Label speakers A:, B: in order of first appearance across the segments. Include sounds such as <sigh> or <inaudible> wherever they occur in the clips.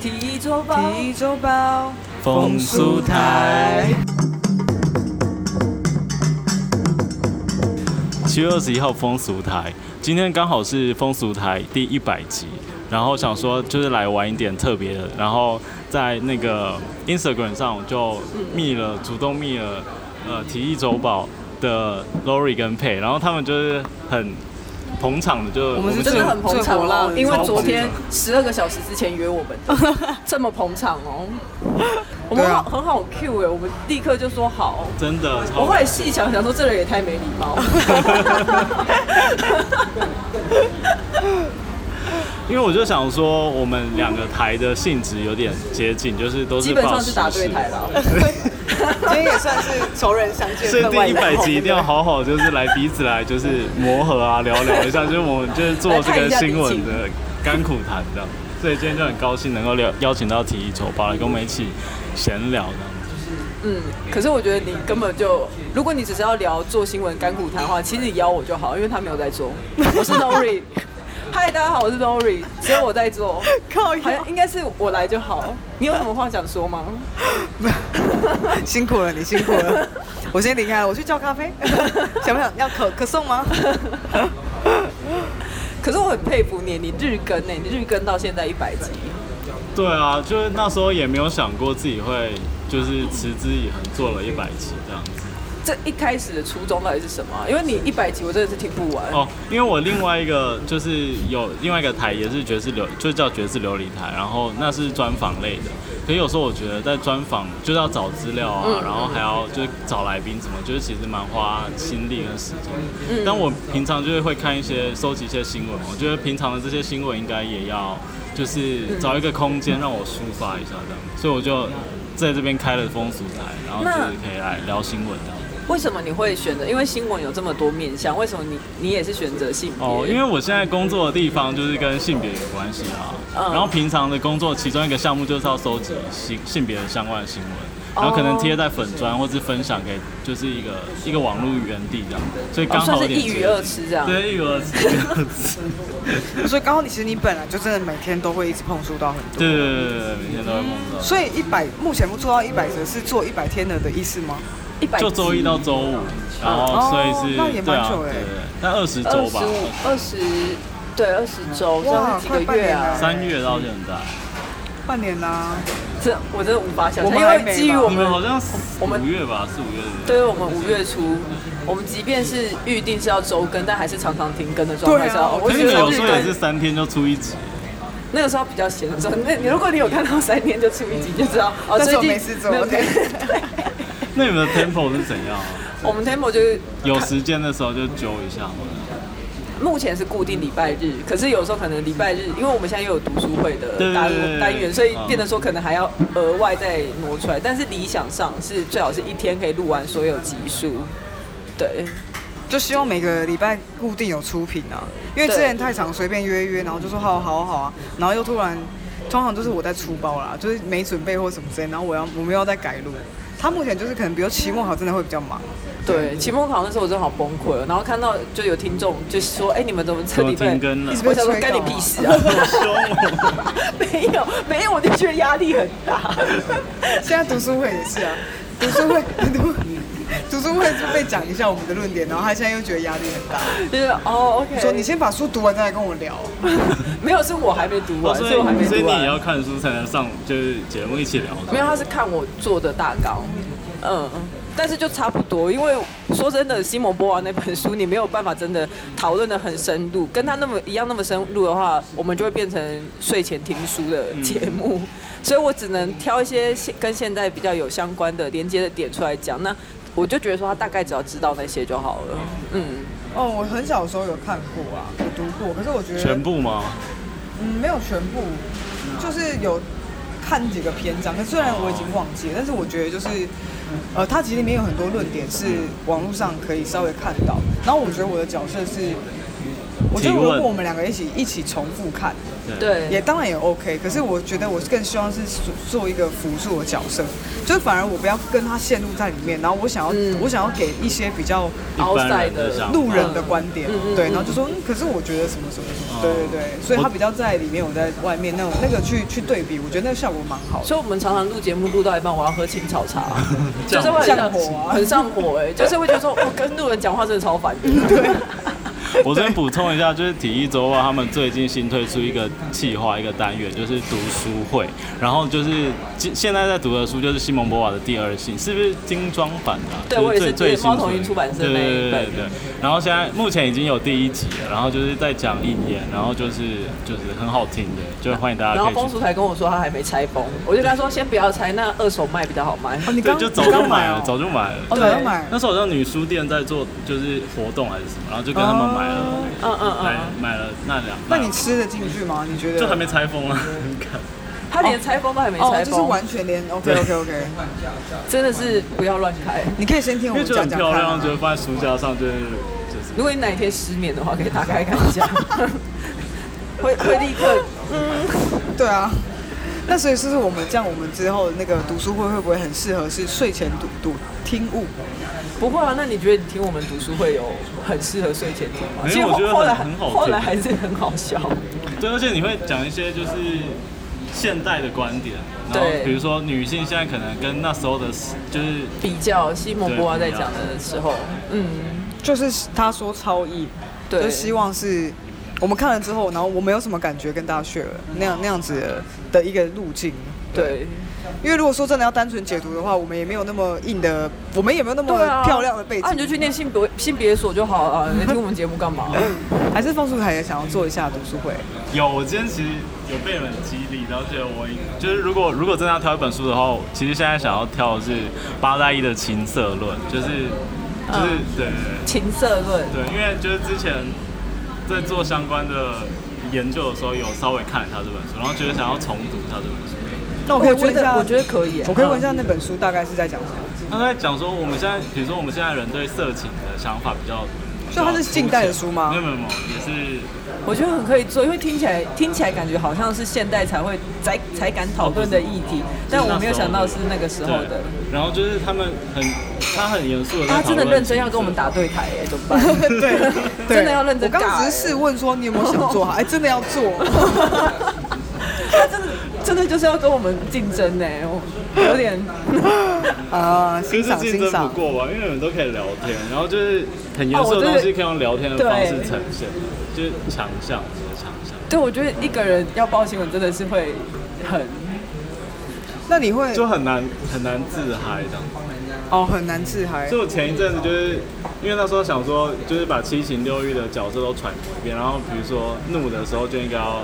A: 体周报，
B: 体周包，
C: 风
B: 苏台。
C: 七月二十一号风俗台，今天刚好是风俗台第一百集，然后想说就是来玩一点特别的，然后在那个 Instagram 上我就密了，主动密了，呃，体育走宝的 Lori 跟佩，然后他们就是很捧场的，就我
B: 们是
A: 真的很捧场哦，
B: 最
A: 因
B: 火
A: 为
C: 辣的
A: 昨天十二个小时之前约我们
B: <laughs>
A: 的，这么捧场哦。我
B: 对
A: 们
B: 啊
A: 好很好 Q 哎，我们立刻就说好。
C: 真的
A: 我
C: 超
A: 后来细想想说，这人也太没礼貌。
C: 因为我就想说，我们两个台的性质有点接近，就是都是
A: 基本上
C: 报
A: 是
C: 时
A: 打对
C: 事
A: 台了。
B: 今天也算是仇人相
C: <laughs>
B: <laughs> 见
C: 所以
B: 恨
C: 第
B: 晚
C: 一
B: 来
C: 百
B: 后
C: 集一定要好好就是来彼此来就是磨合啊，聊聊一下，就是我们就是做这个新闻的甘苦谈的，所以今天就很高兴能够聊邀请到体育丑吧来跟我们一起闲聊的。
A: 嗯，可是我觉得你根本就，如果你只是要聊做新闻甘苦谈的话，其实你邀我就好，因为他没有在做。我是
B: <laughs>
A: Nori，嗨，大家好，我是 Nori，只有我在做，
B: 靠
A: 好
B: 腰
A: 像，应该是我来就好。你有什么话想说吗？
B: <laughs> 辛苦了你，辛苦了。我先离开了，我去叫咖啡。想不想要可可颂吗？
A: 可是我很佩服你，你日更呢、你日更到现在一百集，
C: 对啊，就是那时候也没有想过自己会就是持之以恒做了一百集这样子。
A: 这一开始的初衷到底是什么啊？因为你一百集我真的是听不完。
C: 哦，因为我另外一个就是有另外一个台也是爵士流，就叫爵士琉璃台，然后那是专访类的。可是有时候我觉得在专访就是要找资料啊，然后还要就是找来宾什么，就是其实蛮花心力跟时间。嗯、但我平常就是会看一些收集一些新闻，我觉得平常的这些新闻应该也要就是找一个空间让我抒发一下这样，所以我就在这边开了风俗台，然后就是可以来聊新闻这样。
A: 为什么你会选择？因为新闻有这么多面向，为什么你你也是选择性别？
C: 哦，因为我现在工作的地方就是跟性别有关系啊。
A: 嗯
C: 然后平常的工作其中一个项目就是要收集性性别的相关的新闻，然后可能贴在粉砖或是分享给就是一个一个网络原地这样，所以刚
A: 哦算
C: 好有
A: 是
C: 点
A: 一
C: 接
A: 鱼
C: 近
A: 二吃这样。
C: 对，一
A: <laughs>
C: 鱼二吃这样子。
B: 所以刚好你其实你本来就真的每天都会一直碰触到很多。
C: 对对对对对，每天都会碰到。
B: 所以一百目前做到一百则是做一百天了的意思吗？
A: 一百哦
C: 就周一到周五，然后所以是、
B: 那也
C: 对
B: 蛮
C: 啊，
B: 久
C: 对
B: 欸
C: 对对，那二十
A: 二
C: 周
A: 十
C: 吧，
A: 五、二十，对，二十周，这样是几个月啊？
C: 三月到现在，
B: 半年啊啦、
A: 这我真的无法想
B: 我
A: 象，
B: 们
A: 因
B: 还
A: 为
B: 没
A: 基于
B: 吧
A: 我
C: 你们
A: 们，
C: 好像
A: 我们
C: 五月吧，四五月对不
A: 对
C: 对
A: 于我们五月初，我们即便是预定是要周更，但还是常常停更的状态
B: 对啊
A: 下，我
C: 可是
A: 觉
C: 你
A: 得
C: 有
A: 日
C: 时候也是
A: 更
C: 三天就出一集。
A: 那个时候比较闲的时候，那你如果你有看到三天就出一集，就知道哦，
B: 但是
A: 最
B: 我
A: 近
B: 没事做 <laughs>
A: 没有
B: 对
A: 对，
C: 那你们的 tempo 是怎样啊？
A: 我们 tempo 就是
C: 有时间的时候就揪一下好了。
A: 目前是固定礼拜日，可是有时候可能礼拜日，因为我们现在又有读书会的
C: 对对
A: 单
C: 对对
A: 单元，所以
C: 嗯
A: 变得说可能还要额外再挪出来。但是理想上是最好是一天可以录完所有集数。对，
B: 就希望每个礼拜固定有出品啊，因为之前太常随便约约，然后就说好啊好啊好啊，然后又突然，通常都是我在出包啦，就是没准备或什么之类，然后我要我们又要再改录。他目前就是可能比如期末考真的会比较忙，
A: 对，期末考那时候我真的好崩溃哦，然后看到就有听众就说：“哎、你们怎么这
C: 怎么
A: 礼拜
C: 停更了
B: 一直？”被
A: 我想说
B: 催
A: 干你
B: 稿啊
A: 屁
B: <laughs>
A: 事啊！
C: 好凶哦！
A: 没有没有，我就觉得压力很大。
B: 现在读书会也是啊，读书会读读书会是被讲一下我们的论点，然后他现在又觉得压力很大，
A: 就是哦，OK，
B: 说你先把书读完再来跟我聊。
A: 没有是我还没读完，
C: 哦所
A: 所以我还没
C: 以所以
A: 读
C: 你也
A: 完。
C: 要看书才能上，就是节目一起聊
A: 没有，
C: 的。
A: 他是看我做的大纲，嗯，但是就差不多，因为说真的，西蒙波娃那本书你没有办法真的讨论的很深入，跟他那么一样那么深入的话，我们就会变成睡前听书的节目， <laughs> 所以我只能挑一些现跟现在比较有相关的连接的点出来讲。那我就觉得说他大概只要知道那些就好了，嗯，
B: 哦，我很小的时候有看过啊，有读过，可是我觉得
C: 全部吗？
B: 嗯，没有全部，就是有看几个篇章。可虽然我已经忘记了，但是我觉得就是，呃，它其实里面有很多论点是网络上可以稍微看到。然后我觉得我的角色是，我觉得
C: 提
B: 如
C: 问
B: 果我们两个一起一起重复看，
A: 对，
B: 也当然也 OK。可是我觉得我更希望是做做一个辅助的角色，就是反而我不要跟他陷入在里面，然后我想要、
A: 嗯
B: 我想要给一些比较
C: 一般人的想法
B: 路人的观点，
A: 嗯嗯
B: 对，
A: 嗯
B: 然后就说，嗯，可是我觉得什么什么什
C: 哦
B: 么，对对对，所以他比较在里面，我在外面那种那个去去对比，我觉得那个效果蛮好的。
A: 所以我们常常录节目录到一半，我要喝青草茶，
C: <laughs>
A: 就是会很
B: 降火啊
A: 很上火哎、就是会觉得说，我跟路人讲话真的超
C: <laughs>
A: 烦的。对，
C: 我这边补充一下，就是体育周报他们最近新推出一个计划，一个单元就是读书会，然后就是现现在在读的书就是西蒙波娃的《第二信》，是不是精装版的、啊？
A: 对
C: 就
A: 我也是
C: 最
A: 对
C: 最
A: 猫
C: 新
A: 头鹰
C: 的
A: 出版社
C: 对
A: 那
C: 对
A: 一
C: 对对
A: 本
C: 对。然后现在目前已经有第一集了，然后就是在讲印言，然后就是就是很好听的，就是欢迎大家
A: 然
C: 可
A: 后
C: 以
A: 风
C: 去
A: 叔。才跟我说他还没拆封，我就跟他说先不要拆，那二手卖比较好
C: <laughs>
A: 卖。
B: 哦，你
C: 对，
B: 刚
C: 就早
B: 你
C: 就
B: 刚
C: 买
B: 买
C: 了
B: 哦，
C: 早就买了。
B: 哦，早就买了。
C: 那时候好像女书店在做就是活动还是什么，然后就跟他们买了，
A: 嗯嗯
C: 买
A: 嗯，
C: 买了那两。
B: 那你吃得进去吗？你觉得？
C: 就还没拆封啊？你看，
A: 他连拆封都还没
B: 哦，
A: 拆
B: 就是
A: 封，
B: 完全连 OK OK OK，
A: 真的是不要乱开。
B: 你可以先听
C: 因
B: 我
C: 为
B: 们
C: 觉得很
B: 讲讲
C: 漂
B: 看
C: 亮，
B: 啊
C: 就。是放在书架上，就是就是。
A: 如果你哪一天失眠的话，可以打开看一下， <laughs> 会会立刻
B: 对啊，那所以是不是我们这样，我们之后那个读书会会不会很适合是睡前读读听物？
A: 不会啊，那你觉得你听我们读书会有很适合睡前听吗？
C: 没有
A: 其实
C: 我觉得
A: 后来
C: 很很好听
A: 后来还是很好笑。
C: 对，而且你会讲一些就是现代的观点，然后
A: 对
C: 比如说女性现在可能跟那时候的，就是
A: 比较西蒙波娃在讲的时候，嗯，
B: 就是他说超意，
A: 对，
B: 就希望是我们看了之后，然后我没有什么感觉跟大家 share 那样那样子的的一个路径。
A: 对
B: 因为如果说真的要单纯解读的话，我们也没有那么硬的，我们也没有那么
A: 对啊，
B: 漂亮的背景。
A: 啊，你就去念性别性别所就好了，你听我们节目干
B: <laughs>
A: 嘛？
B: 还是方素凯也想要做一下读书会，
C: 有，我今天其实有被你们激励，然后觉得我就是如果如果真的要挑一本书的话，我其实现在想要挑的是八大一的《情色论》，就是就是、对对
A: 情色论，
C: 对，因为就是之前在做相关的研究的时候，有稍微看了他这本书，然后觉得想要重读他这本书。
B: 那我可以
A: 我觉
B: 问一
A: 得
B: 下，
A: 我觉得可以啊
B: 我，可以问一下那本书大概是在讲什
C: 他
B: 么？
C: 在讲说我们现在，比如说我们现在人对色情的想法比较，
B: 所以它是近代的书吗
C: 没有没有没有，也是
A: 我觉得很可以做，因为听起来听起来感觉好像是现代才会才才敢讨论的议题，但我没有想到是那个时候的。
C: 对，然后就是他们很，他很严肃的，
A: 他真的认真要跟我们打对台耶，怎么办？ <laughs>
B: 对，对
A: 真的要认真
B: 我刚刚
A: 尬
B: 只是试问说你有没有想做好，哎，真的要做。
A: 他真的真的就是要跟我们竞争呢，我有
B: <laughs>
A: 点
B: 啊，
C: 就
B: 欣
C: 是
B: 赏
C: 竞
B: 欣
C: 争
B: 赏哦
C: 不。过吧，因为你们都可以聊天，然后就是很严肃的东西可以用聊天的方式呈现，就是强项，我的强项。
A: 对，我觉得一个人要报新闻真的是会很
B: 那你会
C: 就很难很难自嗨这样，
B: 哦很难自嗨
C: 所以我前一阵子就是因为那时候想说，就是把七情六欲的角色都揣摩一遍，然后比如说怒的时候就应该要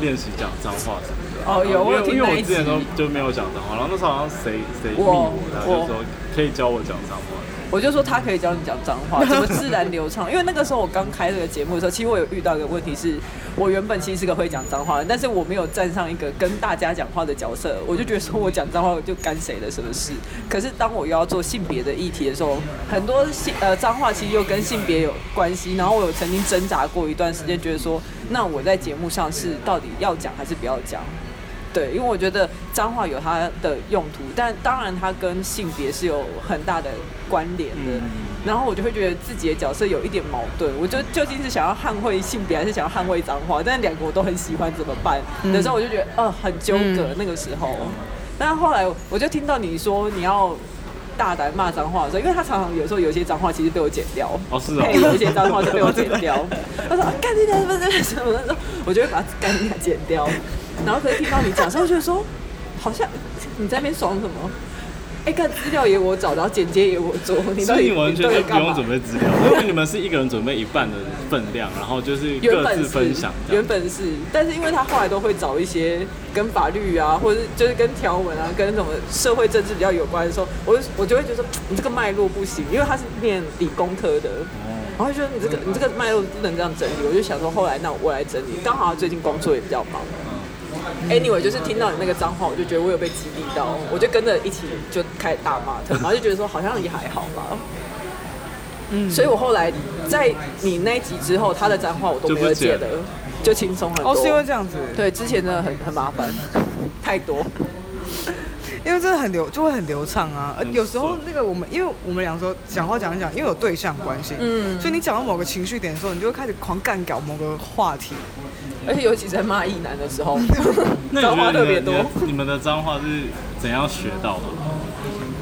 C: 练习讲脏话什么的。
A: 哦，有我有听
C: 因为因为
A: 那
C: 我
A: 一
C: 之
A: 集
C: 前，都就没有讲脏话，然后那时候好像谁谁密
A: 我
C: 我，他
A: 我
C: 就说可以教我讲脏话。
A: 我就说他可以教你讲脏话，怎么自然流畅。因为那个时候我刚开这个节目的时候，其实我有遇到一个问题是，我原本其实是个会讲脏话的人，但是我没有站上一个跟大家讲话的角色，我就觉得说我讲脏话就干谁的什么事。可是当我又要做性别的议题的时候，很多性呃脏话其实又跟性别有关系。然后我有曾经挣扎过一段时间，觉得说那我在节目上是到底要讲还是不要讲？对，因为我觉得脏话有它的用途，但当然它跟性别是有很大的关联的。然后我就会觉得自己的角色有一点矛盾，我就究竟是想要捍卫性别，还是想要捍卫脏话？但两个我都很喜欢，怎么办？那时候我就觉得，呃，很纠葛。那个时候，但后来我就听到你说你要大胆骂脏话的时候，因为他常常有时候有一些脏话其实被我剪掉，
C: 哦
A: <laughs>
C: 是哦
A: 嘿有一
C: <laughs>
A: 些脏话就被我剪掉。他说啊干你娘什么什么什么，我就会把干你娘剪掉。 <laughs> 然后可是听到你讲的时候，就觉得说好像你在那边爽什么？哎、干资料也我找，然后剪接也我做，你到
C: 所
A: 底
C: 以你完全
A: 到底
C: 就
A: 干
C: 不
A: 嘛
C: 用准备资料，因为你们是一个人准备一半的分量，然后就是
A: 原
C: 各
A: 本
C: 自
A: 是
C: 分享这样
A: 原。本是，但是因为他后来都会找一些跟法律啊，或者是就是跟条文啊，跟什么社会政治比较有关的时候，我就我就会觉得说你这个脉络不行，因为他是念理工科的，
C: 哦
A: 然后就觉得你这个你这个脉络不能这样整理，我就想说后来那我来整理，刚好最近工作也比较忙。Anyway，就是听到你那个脏话，我就觉得我有被激励到，我就跟着一起就开始大骂特骂，就觉得说好像也还好吧。嗯，所以我后来在你那一集之后，他的脏话我都没有
C: 就
A: 接
C: 不
A: 的
C: 剪，
A: 就轻松很多。
B: 哦，是因为这样子，
A: 对之前真的很很麻烦，太多。
B: 因为真的很流，就会很流畅啊。呃
C: 嗯
B: 有时候那个我们，因为我们俩说讲话讲一讲，因为有对象关系，嗯，所以你讲到某个情绪点的时候，你就会开始狂干搞某个话题，
A: 而且尤其在骂一男的时候，
C: 那
A: 脏
C: 你
A: 话
C: 觉
A: 特
C: 得
A: 别
C: 你
A: 多
C: 的。你的你们的脏话是怎样学到的？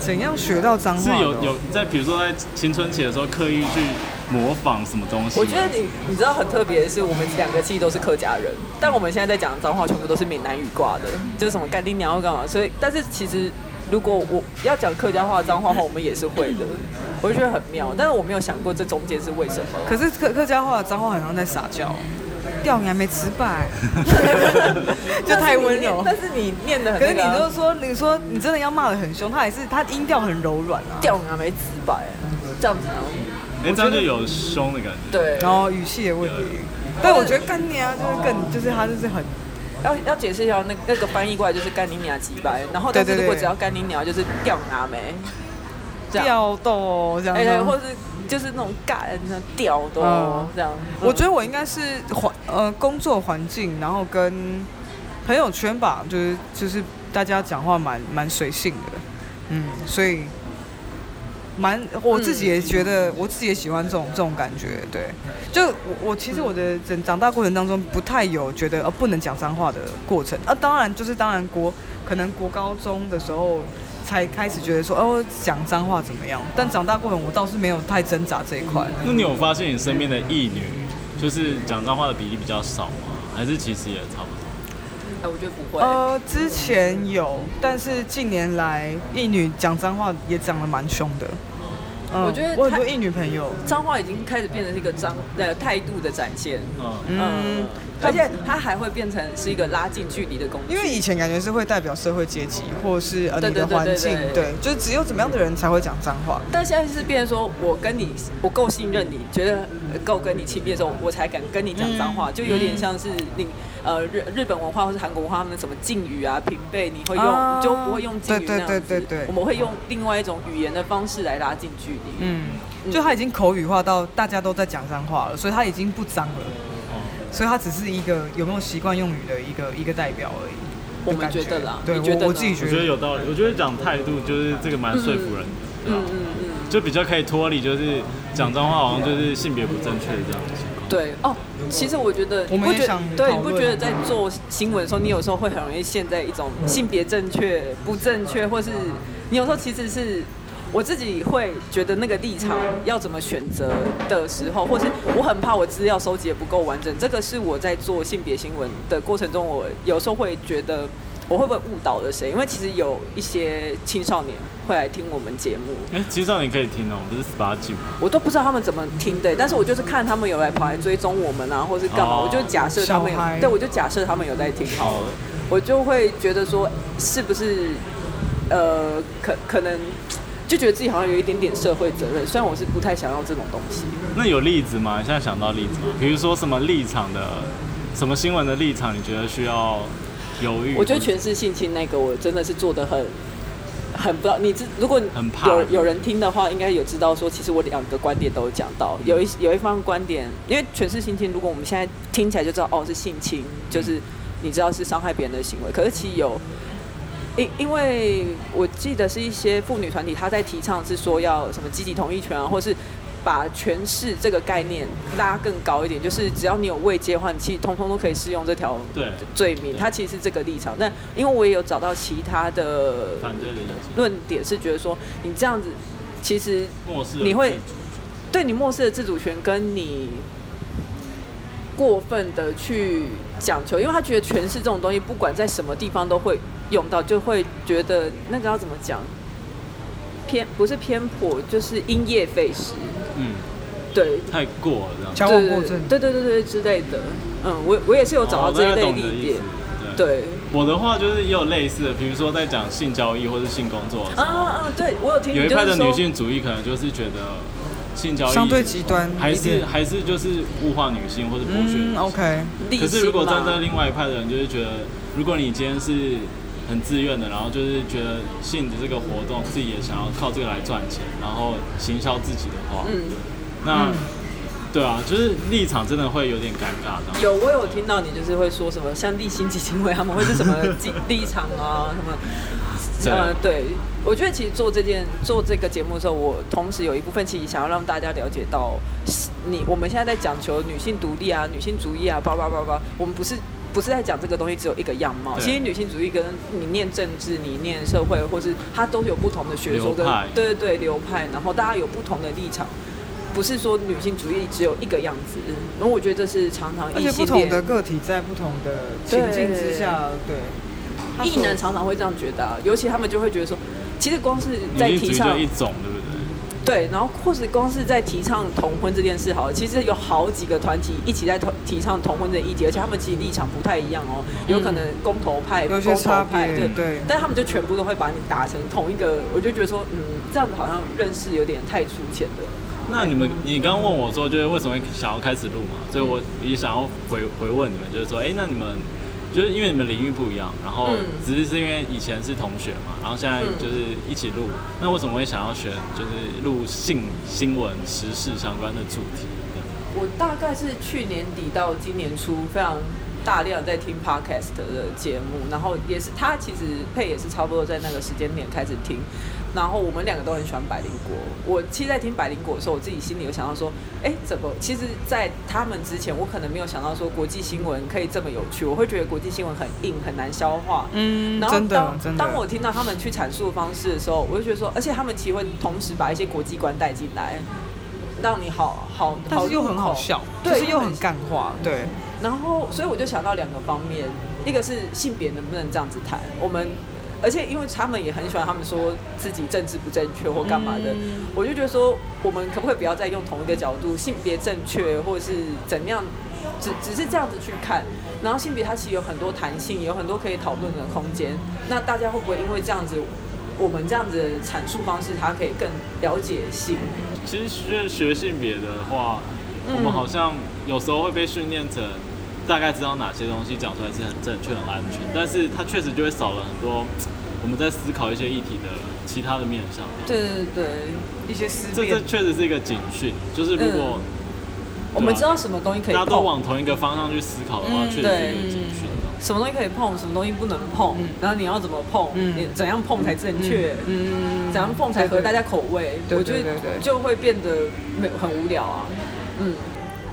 B: 怎样学到脏
C: 是
B: 话的哦？
C: 有有在比如说在青春期的时候刻意去模仿什么东西吗？
A: 我觉得你你知道很特别的是，我们两个其实都是客家人，但我们现在在讲的脏话全部都是闽南语挂的，就是什么干丁娘要干嘛，所以但是其实如果我要讲客家话脏话的话，我们也是会的，我就觉得很妙，但是我没有想过这中间是为什么。
B: 可是客客家话的脏话好像在撒娇，掉你还没吃饱， <laughs> 就太温柔。
A: 但是你念的很、
B: 可
A: 那
B: 是
A: 个
B: 你
A: 啊，
B: 就是说，你说你真的要骂的很凶，他还是他音调很柔软啊，
A: 掉牙没直白，这样子啊，
C: 哎、这样就有凶的感觉。
A: 对，
B: 然后语气的问题。但我觉得干你啊，就是更就是他就是很
A: 要要解释一下，那那个翻译过来就是干你娘几白，然后但
B: 对
A: 是
B: 对对
A: 如果只要干你娘就是掉牙没，这样，
B: 调逗哦这样
A: 哎、对，或
B: 子。
A: 是就是那种干那种掉的、哦
B: 嗯
A: 这样。
B: 我觉
A: 得
B: 得我应该是环呃工作环境，然后跟朋友圈吧，就是就是大家讲话蛮蛮随性的，嗯，所以蛮我自己也觉得、我自己也喜欢这种这种感觉，对，就我我其实我的整长大过程当中不太有觉得呃不能讲脏话的过程啊，当然就是当然国可能国高中的时候。才开始觉得说哦讲脏话怎么样，但长大过程我倒是没有太挣扎这一块。
C: 那你有发现你身边的异女，就是讲脏话的比例比较少吗？还是其实也差不
A: 哎、
C: 多？
A: 我觉得不会。
B: 呃，之前有，但是近年来一女讲脏话也讲的蛮凶的。嗯
A: 我觉得
B: 我很
A: 她
B: 多一女朋友，
A: 脏话已经开始变成是一个脏呃态度的展现，
C: 嗯，
A: 嗯
B: 嗯，，
A: 而且它还会变成是一个拉近距离的工具，
B: 因为以前感觉是会代表社会阶级，或是呃
A: 对
B: 你的
A: 对对
B: 环
A: 对
B: 境，
A: 对
B: 对，就是只有怎么样的人才会讲脏话。
A: 但现在是变成说我跟你我够信任你，觉得呃够跟你亲密的时候，我才敢跟你讲脏
B: 嗯
A: 话，就有点像是你呃日日本文化或是韩国文化他们什么敬语啊、平辈，你会用、
B: 啊
A: 就不会用敬语那
B: 对
A: 样
B: 对
A: 子
B: 对对对
A: 我们会用另外一种语言的方式来拉近距离。
B: 嗯，就他已经口语化到大家都在讲脏话了，所以他已经不脏了，
A: 哦
B: 所以他只是一个有没有习惯用语的一个一个代表而已。
A: 我
B: 的
A: 们
B: 感
A: 觉得啦
B: 对
A: 你觉得
B: 我我
A: 呢
B: 自己
C: 我
B: 觉
C: 觉得
B: 得，
C: 有道理。我觉得讲态度就是这个蛮说服人的，对吧
A: 嗯嗯嗯，
C: 就比较可以脱离，就是讲脏话好像就是性别不正确这样子。
A: 对哦。其实我觉得，
B: 我
A: 你
B: 们
A: 不
B: 也
A: 觉
B: 想
A: 对，
B: 讨
A: 你不
B: 论啊
A: 觉得在做新闻的时候，你有时候会很容易陷在一种性别正确、不正确，或是你有时候其实是我自己会觉得那个立场要怎么选择的时候，或是我很怕我资料收集的不够完整，这个是我在做性别新闻的过程中，我有时候会觉得我会不会误导了谁？因为其实有一些青少年会来听我们节目，
C: 哎、其实这样你可以听哦、不是十八禁吗。
A: 我都不知道他们怎么听的，但是我就是看他们有来跑来追踪我们啊，或是干嘛，
C: 哦
A: 我就假设他们有
B: 小孩，
A: 对我就假设他们有在听好了，我就会觉得说是不是呃可可能就觉得自己好像有一点点社会责任，虽然我是不太想要这种东西，
C: 那有例子吗？你现在想到例子吗？比如说什么立场的，什么新闻的立场，你觉得需要犹豫？
A: 我觉得全是性侵那个我真的是做的很。很不知道，你知如果
C: 很怕
A: 有有人听的话，应该有知道说，其实我两个观点都有讲到，
C: 嗯
A: 有一有一方观点，因为全是性侵，如果我们现在听起来就知道哦是性侵，
C: 嗯
A: 就是你知道是伤害别人的行为，可是其实有。因因为我记得是一些妇女团体，她在提倡是说要什么积极同意权啊，或是把权势这个概念拉更高一点，就是只要你有未接换器，通通都可以适用这条
C: 对
A: 罪名。
C: 对
A: 她其实是这个立场，但因为我也有找到其他的
C: 反对的意见，
A: 论点是觉得说，你这样子其实
C: 漠视
A: 你会
C: 了自主
A: 对你漠视的自主权，跟你过分的去讲求，因为他觉得权势这种东西，不管在什么地方都会用到，就会觉得那个要怎么讲，偏不是偏颇，就是因噎废食，
C: 嗯
A: 对。
C: 太过了这样。
B: 矫枉过正。
A: 对对对对之类的，嗯，我我也是有找到
C: 哦
A: 这一
C: 大家
A: 类
C: 懂你的
A: 理
C: 意
A: 解
C: 思，。对，
A: 对，
C: 我的话就是也有类似的，比如说在讲性交易或是性工作的时
A: 啊
C: 候，
A: 啊，啊对我有听
C: 有
A: 你
C: 一
A: 就
C: 派
A: 是
C: 的
A: 说
C: 女性主义可能就是觉得性交易
B: 相对极端
C: 还
B: 一
C: 是
B: 点
C: 还是就是物化女性或者剥削女性。
B: 嗯，OK，
A: 立
C: 可是如果
A: 心嘛
C: 站在另外一派的人，就是觉得，如果你今天是很自愿的，然后就是觉得性的这个活动自己也想要靠这个来赚钱，然后行销自己的话，
A: 嗯，
C: 那、对啊，就是立场真的会有点尴尬的。
A: 有，我
C: <laughs>
A: 有听到你就是会说什么，像立新基金会他们会是什么基立场啊，什么
C: 对
A: 呃，对，我觉得其实做这件做这个节目的时候，我同时有一部分其实想要让大家了解到，你我们现在在讲求女性独立啊、女性主义啊，叭叭叭叭，我们不是。不是在讲这个东西只有一个样貌，
C: 对
A: 其实女性主义跟你念政治、你念社会，或是它都有不同的学说跟
C: 流派
A: 对对对流派，然后大家有不同的立场，不是说女性主义只有一个样子。然后我觉得这是常常
B: 而
A: 异
B: 且
A: 性
B: 不同
A: 恋
B: 的个体在不同的情境之下，对，他
A: 异
B: 所
A: 男常常会这样觉得、啊，尤其他们就会觉得说，其实光是在
C: 女性
A: 提
C: 主义就
A: 倡
C: 一种，对不对？
A: 对，然后或是光是在提倡同婚这件事好了，其实有好几个团体一起在同提倡同婚的议题，而且他们其实立场不太一样哦，有可能公投派、
B: 嗯有
A: 公
B: 些差
A: 投
B: 别
A: 派，对
B: 对
A: 但他们就全部都会把你打成同一个，我就觉得说，嗯，这样子好像认识有点太粗浅了。
C: 那你们，你刚刚问我说，就是为什么会想要开始录嘛？所以我也想要回回问你们，就是说，哎、那你们就是因为你们领域不一样，然后
A: 嗯
C: 只是是因为以前是同学嘛，然后现在
A: 嗯
C: 就是一起录，那为什么会想要选就是录性新闻时事相关的主题？这样
A: 我大概是去年底到今年初非常大量在听 podcast 的节目，然后也是他其实配也是差不多在那个时间点开始听，然后我们两个都很喜欢百灵果。我其实在听百灵果的时候，我自己心里有想到说，哎，怎么？其实，在他们之前，我可能没有想到说国际新闻可以这么有趣，我会觉得国际新闻很硬，很难消化。
B: 嗯，
A: 然后
B: 真的
A: 当
B: 真的，
A: 当我听到他们去阐述的方式的时候，我就觉得说，而且他们其实会同时把一些国际观带进来，让你好好，
B: 但是又
A: 入
B: 很好
A: 口
B: 笑，就
A: 对，
B: 是又很干话，对，
A: 然后，所以我就想到两个方面，一个是性别能不能这样子谈，我们，而且因为他们也很喜欢他们说自己政治不正确或干嘛的，
C: 嗯
A: 我就觉得说，我们可不可以不要再用同一个角度，性别正确或是怎样，只只是这样子去看。然后性别它其实有很多弹性，有很多可以讨论的空间。那大家会不会因为这样子，我们这样子的阐述方式，它可以更了解性？
C: 其实学学性别的话，我们
A: 嗯
C: 好像有时候会被训练成大概知道哪些东西讲出来是很正确、很安全，但是它确实就会少了很多我们在思考一些议题的其他的面向。
A: 对对对。
B: 一些思
C: 这这啊
B: 辨，
C: 确实是一个警讯，就是如果
A: 嗯我们知道什么东西可
C: 大
A: 以
C: 家
A: 碰，
C: 都往同一个方向去思考的话，
B: 嗯
C: 确实是一个警讯。哦
A: 什么东西可以碰，什么东西不能碰，
B: 嗯
A: 然后你要怎么碰，
B: 嗯
A: 你怎样碰才正确，
B: 嗯
A: 怎样碰才合大家口味，
B: 对对
A: 我觉
B: 对对
A: 得
B: 对
A: 就会变得没有很无聊啊。嗯，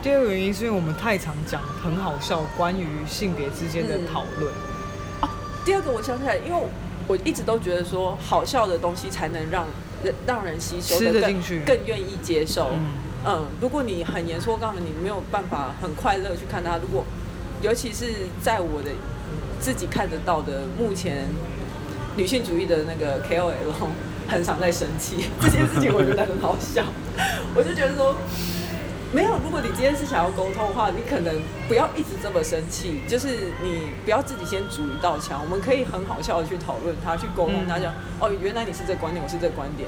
B: 第二个原因是因为我们太常讲很好笑关于性别之间的讨论，
A: 第二个我想起来，因为我一直都觉得说好笑的东西才能让人让人吸收
B: 吃
A: 得
B: 得
A: 更
B: 进去
A: 更愿意接受。
B: 嗯，
A: 嗯，如果你很严肃，我告诉你，你没有办法很快乐去看它。如果，尤其是在我的自己看得到的，目前女性主义的那个 KOL 很常在生气， <laughs> 这件事情我觉得很好笑。 <laughs> 我就觉得说，没有，如果你今天是想要沟通的话，你可能不要一直这么生气，就是你不要自己先筑一道墙，我们可以很好笑的去讨论它，去沟通它，
B: 嗯
A: 讲、哦，原来你是这观点，我是这观点，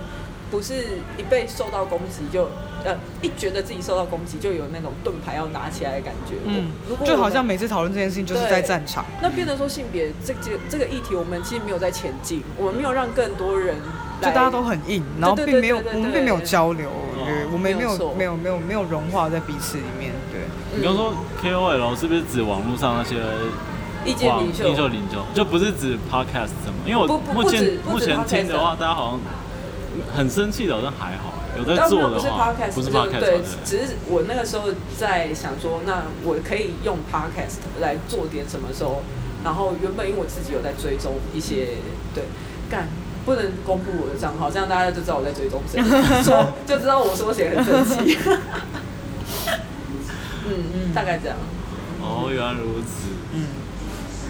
A: 不是一被受到攻击就呃一觉得自己受到攻击就有那种盾牌要拿起来的感觉，
B: 嗯
A: 我如，果
B: 就
A: 我
B: 好
A: 们
B: 像每次讨论这件事情就是
A: 对
B: 在战场，
A: 那变得说性别这这这个议题，我们其实没有在前进，我们没有让更多人
B: 就
A: 来
B: 大家都很硬，然后
A: 对对
B: 并没有
A: 对对
B: 我
A: 对
B: 们并没有
A: 对
B: 交流，我觉得我们哦也没
A: 没有
B: 有
A: 错
B: 没有没有没有融化在彼此里面，对，
A: 嗯
C: 你刚说 KOL 是不是指网络上那些
A: 意见
C: 网
A: 领袖
C: 领，袖领袖，就不是指 podcast 吗？因为我
A: 不不
C: 目前
A: 不止
C: 目前
A: 不止
C: 听的
A: podcast
C: 话，大家好像很生气的，好像还好。有在
A: 当
C: 做
A: 然
C: 的
A: 不是
C: 话，
A: podcast，
C: 不是
A: 就
C: podcast，
A: 对
C: 嘛，
A: 只是我那个时候在想说，那我可以用 podcast 来做点什么时候，然后原本因为我自己有在追踪一些对干。不能公布我的账号，这样大家就知道我在追踪谁，说就知道我说谁很生气。嗯，大概这样。
C: 哦，原来如此。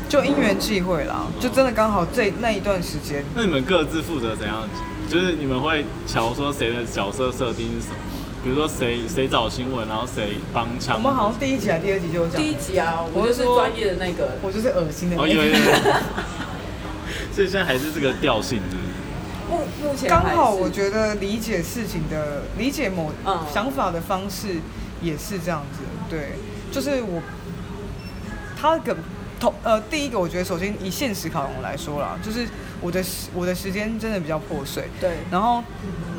B: 就因缘际会啦，就真的刚好这那一段时间，
C: 那你们各自负责怎样？就是你们会瞧说谁的角色设定是什么？比如说谁谁找新闻，然后谁帮
B: 我
C: 腔。
B: 们好像第一集还第二集就有讲
A: 第，一集啊，我
B: 我
A: 们
B: 就
A: 就是
B: 说
A: 专业的那个，
B: 我就是恶心的
C: 哦
B: 那
C: 有有有。
B: 个，
C: 有所以现在还是这个调性，是不是？
A: 目目前
B: 刚好
A: 还是
B: 我觉得理解事情的理解某
A: 嗯
B: 想法的方式也是这样子，对，就是我他的同呃，第一个我觉得首先以现实考量来说啦，就是我的时我的时间真的比较破碎，
A: 对
B: 然后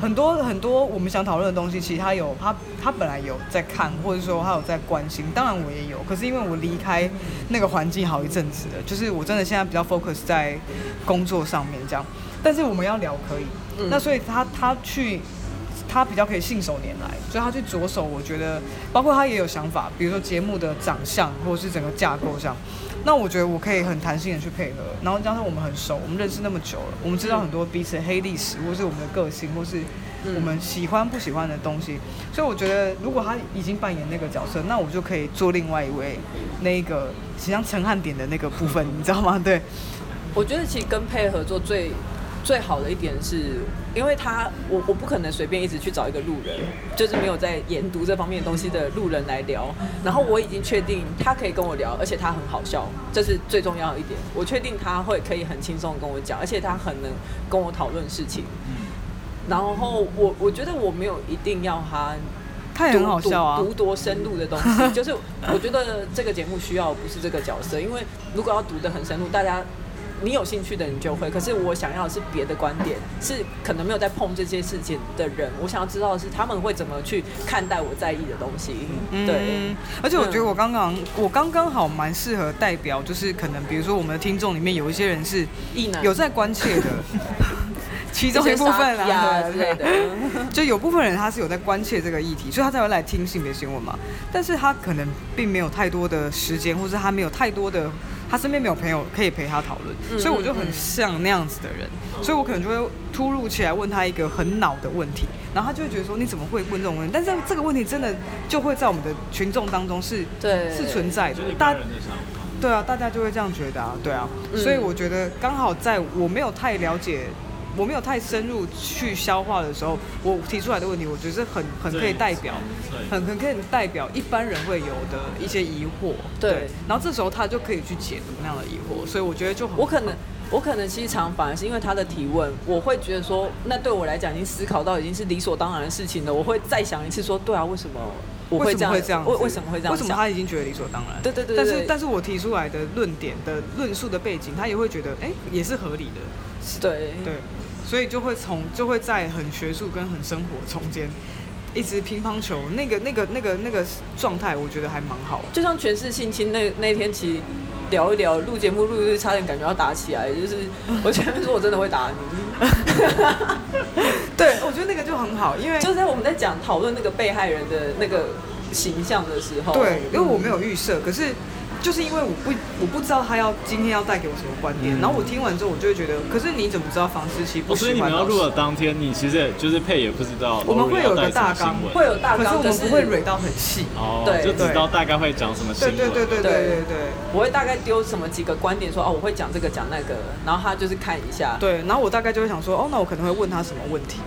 B: 很多很多我们想讨论的东西，其实他有他他本来有在看，或者说他有在关心，当然我也有，可是因为我离开那个环境好一阵子了，就是我真的现在比较 focus 在工作上面这样，但是我们要聊可以，那所以他他去。他比较可以信手拈来，所以他去着手，我觉得，包括他也有想法，比如说节目的长相或者是整个架构上，那我觉得我可以很弹性的去配合，然后加上我们很熟，我们认识那么久了，我们知道很多彼此的黑历史，或是我们的个性，或是
A: 嗯
B: 我们喜欢不喜欢的东西，所以我觉得如果他已经扮演那个角色，那我就可以做另外一位那个，实际上陈汉典的那个部
A: <laughs>
B: 分，你知道吗？对，
A: 我觉得其实跟配合做最最好的一点是，因为他我我不可能随便一直去找一个路人，就是没有在研读这方面东西的路人来聊。然后我已经确定他可以跟我聊，而且他很好笑，这是最重要的一点。我确定他会可以很轻松地跟我讲，而且他很能跟我讨论事情。然后我我觉得我没有一定要他
B: 他也很好笑啊
A: 读，读多深入的东西，就是我觉得这个节目需要的不是这个角色，因为如果要读得很深入，大家你有兴趣的你就会，可是我想要的是别的观点，是可能没有在碰这些事情的人，我想要知道的是他们会怎么去看待我在意的东西。对，
B: 嗯，而且我觉得我刚刚、我刚刚好蛮适合代表，就是可能比如说我们的听众里面有一些人是
A: 异男
B: 有在
A: <laughs>
B: 关切的，其
A: 一
B: 中一
A: 些
B: 部分
A: 杀呀
B: 啊
A: 之类的，
B: 就有部分人他是有在关切这个议题，所以他才会来听性别新闻嘛。但是他可能并没有太多的时间，或是他没有太多的，他身边没有朋友可以陪他讨论，所以我就很像那样子的人，所以我可能就会突如其来问他一个很恼的问题，然后他就会觉得说你怎么会问这种问题？但是这个问题真的就会在我们的群众当中是
A: 对
B: 是存在的
C: 就是，一
B: 大
C: 般人的想法。
B: 对啊，大家就会这样觉得啊，对啊，
A: 嗯
B: 所以我觉得刚好在我没有太了解，我没有太深入去消化的时候，我提出来的问题，我觉得是很很可以代表，
C: 对
B: 很很可以代表一般人会有的一些疑惑，
A: 对
B: 然后这时候他就可以去解读那样的疑惑，所以我觉得就很
A: 我可能。我可能其实常反而是因为他的提问，我会觉得说，那对我来讲已经思考到已经是理所当然的事情了。我会再想一次说，对啊，为什么我
B: 为
A: 会
B: 什
A: 这样？
B: 么会这样子？
A: 为为什么会这样
B: 为什么
A: 想
B: 他已经觉得理所当然？
A: 对对对对
B: 但
A: 对
B: 是但是我提出来的论点的论述的背景，他也会觉得哎、也是合理的，
A: 对
B: 对，所以就会从就会在很学术跟很生活中间，一直乒乓球那个那个那个那个状态，我觉得还蛮好。
A: 就像全是性侵那那天，其实聊一聊录节目录一录，差点感觉要打起来，就是
B: <laughs>
A: 我前面说我真的会打你，
B: <laughs> 对，我觉得那个就很好，因为
A: 就是在我们在讲讨论那个被害人的那个形象的时候，
C: 哦
B: 对，因为我没有预设，可是就是因为我不我不知道他要今天要带给我什么观点，
C: 嗯
B: 然后我听完之后，我就会觉得，可是你怎么知道房思琪不
C: 哦，所以
B: 喜
C: 你们
B: 欢
C: 要
B: 老师？
C: 录的当天，你其实也就是配也不知道，
B: 我们会有
C: 带
B: 个
C: 什
B: 大
C: 么
B: 纲
C: 新闻
A: 会有大
B: 可是
A: 纲，
B: 我们不会
A: 可是
B: 蕊到很细。
C: 哦，
A: 对
C: 就知道大概会讲什么新
B: 对
C: 闻。
B: 对对对对
A: 对
B: 对对。
A: 我会大概丢什么几个观点说哦，我会讲这个讲那个，然后他就是看一下，
B: 对，然后我大概就会想说，哦，那我可能会问他什么问题？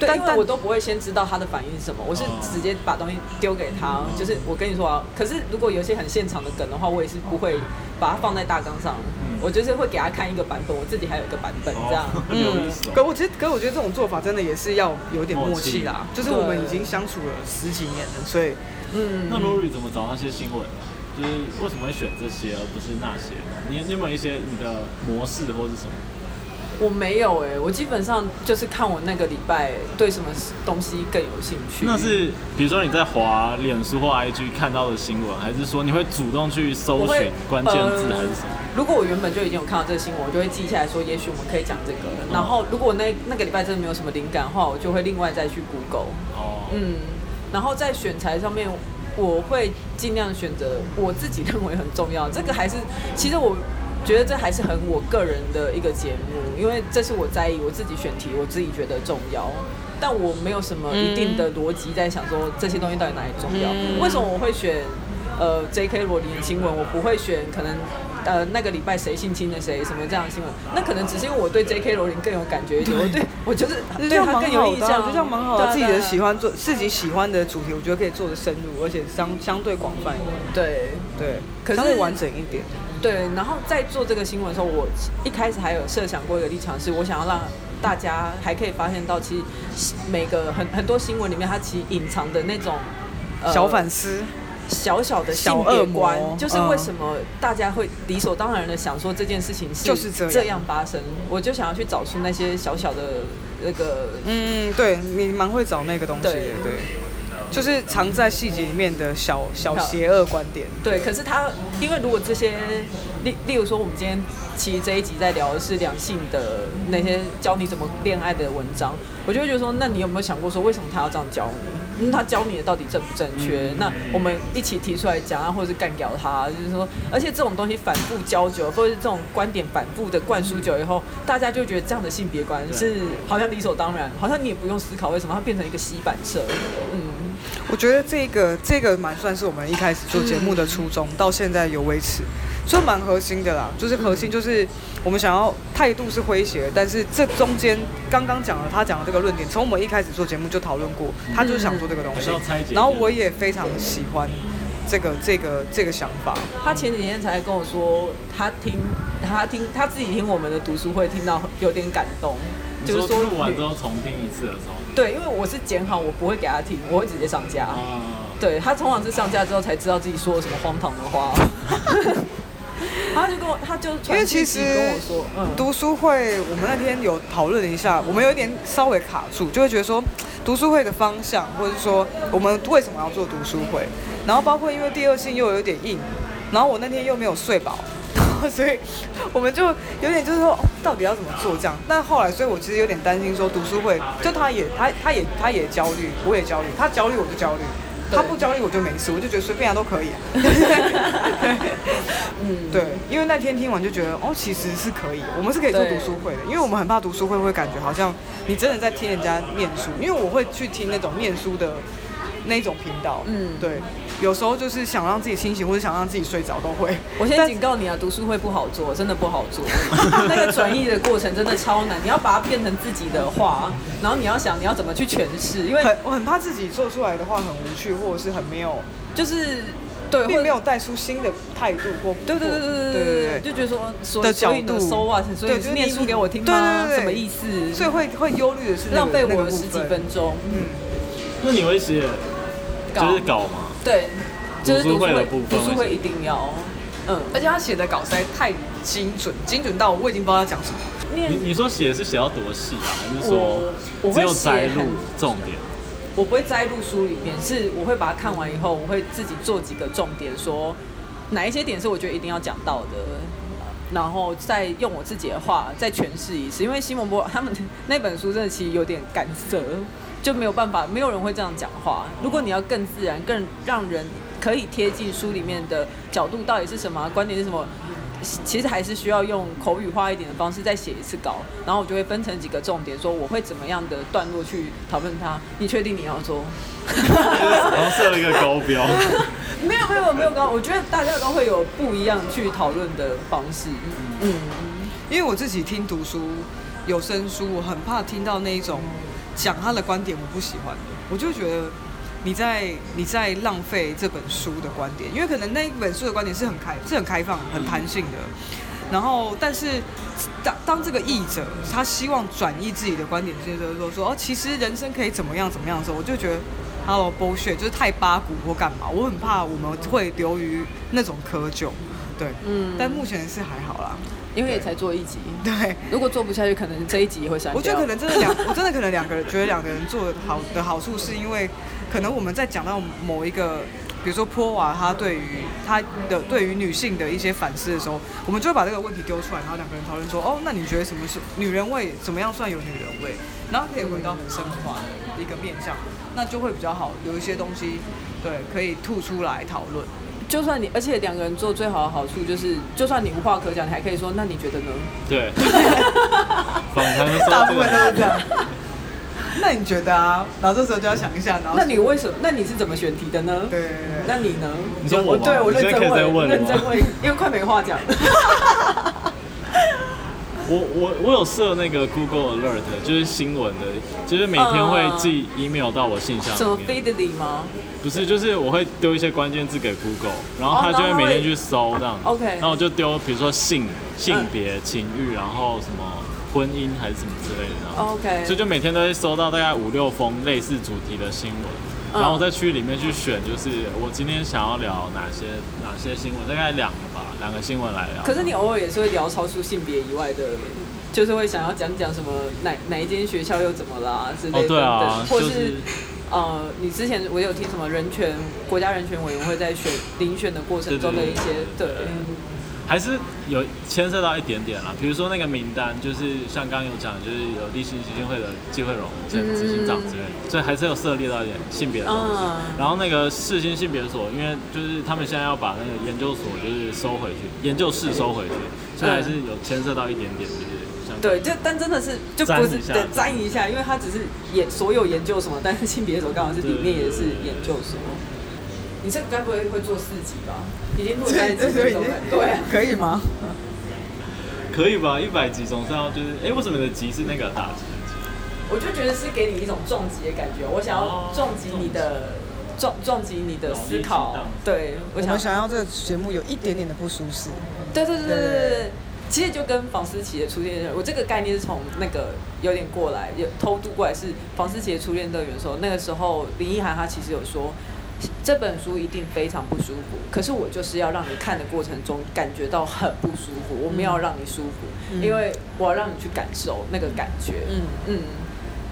A: 对，
B: 但
A: 因为
B: 但
A: 我都不会先知道他的反应是什么，我是
C: 哦
A: 直接把东西丢给他，就是我跟你说啊，可是如果有一些很现场的梗的话，我也是不会把它放在大纲上，我就是会给他看一个版本，我自己还有一个版本这
C: <laughs>
A: 样。
C: 嗯哦
B: 嗯
C: 有意思
B: 可
C: 哦。
B: 我觉得，可我觉得这种做法真的也是要有点默契啦，
C: 默
B: 就是我们已经相处了十几年了，所以嗯
C: 那 Lori 怎么找那些新闻？就是为什么会选这些而不是那些？你你有没有一些你的模式或是什么？
A: 我没有哎、我基本上就是看我那个礼拜对什么东西更有兴趣。
C: 那是比如说你在滑脸书或 IG 看到的新闻，还是说你会主动去搜
A: 我会
C: 寻关键字
A: 呃
C: 还是什么？
A: 如果我原本就已经有看到这个新闻，我就会记下来说，也许我们可以讲这个。然后如果那那个礼拜真的没有什么灵感的话，我就会另外再去 Google。
C: 哦，
A: 嗯，然后在选材上面，我会尽量选择我自己认为很重要。这个还是，其实我觉得这还是很我个人的一个节目，因为这是我在意我自己选题，我自己觉得重要。但我没有什么一定的逻辑在想说这些东西到底哪里
B: 嗯
A: 重要。为什么我会选呃 J.K. 罗琳的新闻，我不会选可能呃那个礼拜谁性侵了谁什么这样的新闻？那可能只是因为我对 J.K. 罗琳更有感觉一点，我
B: <laughs>
A: 对我就是
B: 就这
A: 对
B: 样
A: 他
B: 蛮
A: 更有
B: 好
A: 印
B: 的啊，
A: 象，
B: 就这样蛮好
A: 对
B: 的。
A: 啊
B: 自己
A: 对
B: 的
A: 啊
B: 喜欢做自己喜欢的主题，我觉得可以做的深入，而且相相对广泛一点，
A: 对
B: 对，
A: 可是
B: 相对完整一点。
A: 对，然后在做这个新闻的时候，我一开始还有设想过一个立场，是我想要让大家还可以发现到，其
B: 呃
A: 实每个很很多新闻里面，它其实隐藏的那种、
B: 小反思，
A: 呃小小的性
B: 小恶
A: 别
B: 魔
A: 观，就是为
B: 嗯
A: 什么大家会理所当然的想说这件事情是
B: 就是这样
A: 这样发生，我就想要去找出那些小小的那个
B: 嗯，对你蛮会找那个东西的，
A: 对
B: 对，就是藏在细节里面的小小邪恶观点。
A: 对，可是他因为如果这些例例如说，我们今天其实这一集在聊的是两性的那些教你怎么恋爱的文章，我就会觉得说，那你有没有想过说，为什么他要这样教你？嗯、他教你的到底正不正确？那我们一起提出来讲啊，或者是干掉他，就是说，而且这种东西反复教久了，或者是这种观点反复的灌输久以后，大家就觉得这样的性别观是好像理所当然，好像你也不用思考为什么它变成一个洗版社。嗯，
B: 我觉得这个这个蛮算是我们一开始做节目的初衷，到现在有维持，所以蛮核心的啦。嗯就是核心就是我们想要态度是诙谐的，但是这中间刚刚讲了他讲的这个论点，从我们一开始做节目就讨论过，嗯他就是想做这个东西
C: 还是要拆解一，下
B: 然后我也非常喜欢这个这个这个想法。
A: 他前几天才跟我说，他听他听他自己听我们的读书会，听到有点感动，
C: 你
A: 就是
C: 说录完之
A: 女
C: 后重听一次的时候，
A: 对，因为我是剪好，我不会给他听，我会直接上
B: <laughs>
A: 架。
C: 啊，
A: 对他通常是上架之后才知道自己说了什么荒唐的话， <laughs> 他就跟我他就
B: 因
A: 传
B: 为其
A: 讯息
B: 实
A: 跟我说，嗯，
B: 读书会，我们那天有讨论了一下，我们有一点稍微卡住，就会觉得说，读书会的方向，或者是说我们为什么要做读书会，然后包括因为第二性又有点硬，然后我那天又没有睡饱， <laughs> 然后所以我们就有点就是说，哦到底要怎么做这样？但后来，所以我其实有点担心说，读书会就他也他他也他也焦虑，我也焦虑，他焦虑我就焦虑。
A: 对
B: 他不焦虑我就没事，我就觉得随便啊都可以、啊。啊对 <laughs>
A: 嗯
B: 对，因为那天听完就觉得，哦，其实是可以，我们是可以做
A: 对
B: 读书会的，因为我们很怕读书会会感觉好像你真的在听人家念书，因为我会去听那种念书的那种频道，
A: 嗯
B: 嗯，对，有时候就是想让自己清醒或者想让自己睡着都会。
A: 我先
B: 但
A: 警告你啊，读书会不好做，真的不好做。 <laughs> 那个转译的过程真的超难，你要把它变成自己的话，然后你要想你要怎么去诠释，因为
B: 很我很怕自己做出来的话很无趣，或者是很没有，
A: 就是对，
B: 并
A: 或
B: 没有带出新的态度或
A: 对对对对对对对，
B: 对
A: 就觉得说哦所
B: 的
A: 所
B: 角
A: 以呢
B: 度
A: ，so what？所以
B: 对
A: 你
B: 就是是
A: 念
B: 你
A: 书给我听
B: 对
A: 吗？
B: 对对
A: 什么意思？
B: 所以会会忧虑的是那个
A: 浪费
B: 那
A: 我了
B: 个部
A: 十几
B: 分
A: 分钟
B: 嗯。
C: 那你会写
A: 搞
C: 就是稿吗？
A: 对，就是读书
C: 读书会的
A: 会
C: 部分
A: 读书
C: 会
A: 会
C: 写
A: 一定要，嗯，
B: 而且他写的稿实在太精准，精准到我已经不知道他讲什么。
A: 念
C: 你你说写是写到多细啊？还是
A: 嗯我
C: 说
A: 我
C: 只
A: 会
C: 有
A: 写
C: 摘录
A: 很
C: 重点？
A: 我不会摘入书里面，是我会把它看完以后，我会自己做几个重点，说哪一些点是我觉得一定要讲到的，然后再用我自己的话再诠释一次。因为西蒙波他们那本书真的其实有点干涩，就没有办法，没有人会这样讲话。如果你要更自然，更让人可以贴近书里面的角度到底是什么啊、观点是什么。其实还是需要用口语化一点的方式再写一次稿，然后我就会分成几个重点，说我会怎么样的段落去讨论它。你确定你要说？
C: 然后设了一个高标，
A: 没有没有没有刚，我觉得大家都会有不一样去讨论的方式。嗯，
B: 因为我自己听读书有声书，我很怕听到那一种讲他的观点我不喜欢的，我就觉得你在你在浪费这本书的观点，因为可能那一本书的观点是很开是很开放、很弹性的。然后，但是当当这个译者他希望转译自己的观点，就是说说哦，其实人生可以怎么样怎么样的时候，我就觉得 hello bullshit，就是太八股或干嘛，我很怕我们会流于那种窠臼。对，嗯，但目前是还好啦，
A: 因为也才做一集，
B: 对。
A: 如果做不下去，可能这一集也会删掉。
B: 我觉得可能真的两，我真的可能两个人觉得两个人做的好的好处，是因为可能我们在讲到某一个，比如说波娃她对于她的对于女性的一些反思的时候，我们就会把这个问题丢出来，然后两个人讨论说，哦，那你觉得什么是女人味？怎么样算有女人味？然后可以回到很升华的一个面向，那就会比较好，有一些东西对可以吐出来讨论。
A: 就算你，而且两个人做最好的好处就是，就算你无话可讲，你还可以说，那你觉
B: <laughs>
A: 得呢？
C: 对。访谈的时
B: 大
C: 候这
B: 部分都
C: 个
B: 是这样。 <laughs> 那你觉得啊？然后这时候就要想一下，然后
A: 那你为什么？那你是怎么选题的呢？
B: 对对对。
A: 那你呢？
C: 你说我吗
A: 对我
C: 你
A: 认
C: 现在可
A: 真
C: 以再问
A: 问，
C: 了
A: 认真
C: 吗
A: 问，因为快没话讲了。
B: <laughs>
C: 我我我有设那个 Google Alert，就是新闻的，就是每天会寄 email 到我信
A: 什
C: 箱
A: 么
C: 里面。
A: feedly 吗
C: 不是，就是我会丢一些关键字给 Google，然后
A: 哦
C: 它就会
A: 然后它
C: 每
A: 会
C: 天
A: 哦
C: 去搜这样子。
A: OK 嗯
C: 然后我就丢，比如说性、性别、情欲，然后什么婚姻还是什么之类的。然后
A: 哦？OK，
C: 所以就每天都会收到大概五六封类似主题的新闻，
A: 嗯
C: 然后我在区域里面去选，就是我今天想要聊哪些哪些新闻，大概两个吧，两个新闻来聊。
A: 可是你偶尔也是会聊超出性别以外的，就是会想要讲讲什么哪哪一间学校又怎么啦之类
C: 哦
A: 的，
C: 对啊
A: 或
C: 就是是
A: 呃，你之前我有听什么人权国家人权委员会在选遴选的过程中的一些对嗯
C: 对对对对还是有牵涉到一点点啦，比如说那个名单，就是像刚刚有讲，就是有立信基金会的季慧荣前
A: 嗯
C: 执行长之类的，所以还是有涉猎到一点性别的东西。
A: 嗯
C: 然后那个世新性别所，因为就是他们现在要把那个研究所就是收回去，研究室收回去，所以还是有牵涉到一点点，就是像
A: 对，就但真的是就不是
C: 沾一下
A: 对沾一下，因为他只是研所有研究什么，但是性别所刚好是里面也是研究所。你这个该不会会做四级吧？已经录在几分钟了，对啊。
B: 可以吗？
C: 可以吧？一百集总是要就是，哎、为什么你的集是那个大集？
A: 我就觉得是给你一种撞击的感觉，我想
C: 哦
A: 要撞击你的撞撞击你的思考，对我
B: 我
A: 想
B: 们想要这个节目有一点点的不舒适，
A: 对对对对对对对，其实就跟房思琪的初恋乐园，我这个概念是从那个有点过来，有偷渡过来是房思琪的初恋乐园的时候，那个时候林奕涵她其实有说。这本书一定非常不舒服，可是我就是要让你看的过程中感觉到很不舒服，我没有让你舒服，因为我要让你去感受那个感觉。嗯嗯，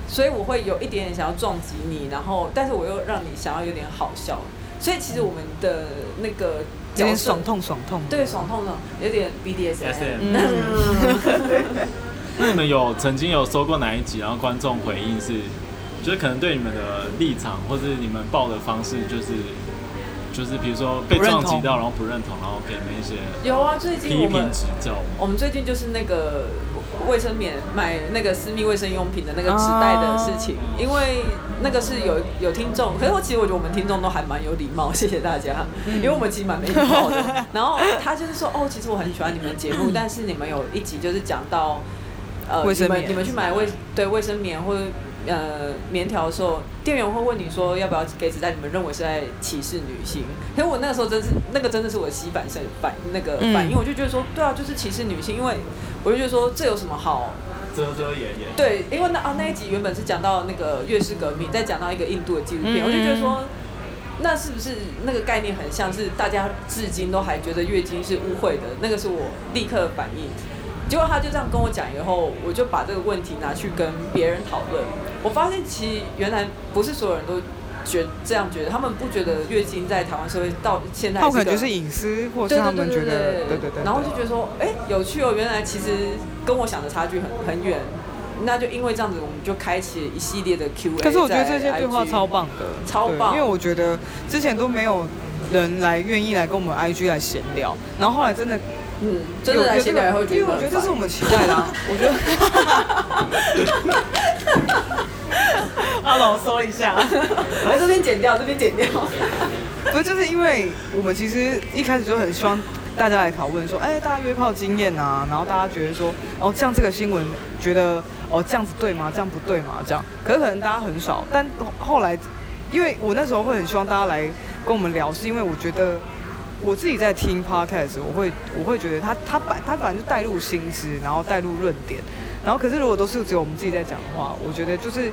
A: 所以我会有一点点想要撞击你，然后但是我又让你想要有点好笑，所以其实我们的那个
B: 有
A: 角
B: 点
A: 色
B: 爽痛爽痛。
A: 对，爽痛的，有点 BDSM。
C: SM
B: 嗯
C: 那你们有曾经有收过哪一集，然后观众回应是，就是可能对你们的立场或是你们报的方式，就是就是比如说被
B: 不认
C: 撞
B: 同
C: 击到，然后不认同，然后给你们一些
A: 有啊，最近
C: 批
A: 我
C: 评
A: 们
C: 指教吗。
A: 我们最近就是那个卫生棉买那个私密卫生用品的那个纸袋的事情，
B: 哦
A: 因为那个是有有听众，可是我其实我觉得我们听众都还蛮有礼貌，谢谢大家，
B: 嗯
A: 因为我们其实蛮没礼貌
B: <laughs>
A: 的。然后他就是说，哦，其实我很喜欢你们的节目，但是你们有一集就是讲到呃，
B: 卫生
A: 你们
B: 棉
A: 你们去买卫对卫生棉或者呃棉条的时候，店员会问你说要不要给纸袋，你们认为是在歧视女性？可是我那个时候真是那个真的是我的洗版身反那个
B: 嗯
A: 反应，我就觉得说对啊，就是歧视女性，因为我就觉得说这有什么好
C: 遮遮掩掩。
A: 对，因为那啊那一集原本是讲到那个月氏革命，再讲到一个印度的纪录片，
B: 嗯
A: 我就觉得说，那是不是那个概念很像是大家至今都还觉得月经是污秽的？那个是我立刻反应。结果他就这样跟我讲以后，我就把这个问题拿去跟别人讨论。我发现其实原来不是所有人都觉这样觉得，他们不觉得月经在台湾社会到现在
B: 他们可
A: 是
B: 能
A: 个
B: 就是隐私，或者
A: 对对
B: 是他
A: 对
B: 们
A: 对
B: 觉
A: 对
B: 得，对对对。
A: 然后就觉得说，哎、有趣哦，原来其实跟我想的差距很很远。那就因为这样子，我们就开启了一系列的 Q&A。
B: 可是我觉得这些对话超，棒的，
A: 超
B: 对
A: 棒
B: 因为我觉得之前都没有人来愿意来跟我们 IG 来闲聊，然后后来真的
A: 嗯，真的来
B: 有
A: 写来会
B: 因
A: 觉
B: 为
A: 得很
B: 我
A: 烦，
B: 觉得这是我们期待的、啊，我觉 <laughs> 得。阿龙说一下，
A: 来这边剪掉，这边剪掉。
B: 不是就是因为我们其实一开始就很希望大家来讨论说，哎、大家约炮经验啊，然后大家觉得说，哦，这样这个新闻觉得哦这样子对吗？这样不对吗？这样，可是可能大家很少，但后来因为我那时候会很希望大家来跟我们聊，是因为我觉得我自己在听 podcast，我会我会觉得他他本他本来就带入心知，然后带入论点，然后可是如果都是只有我们自己在讲的话，我觉得就是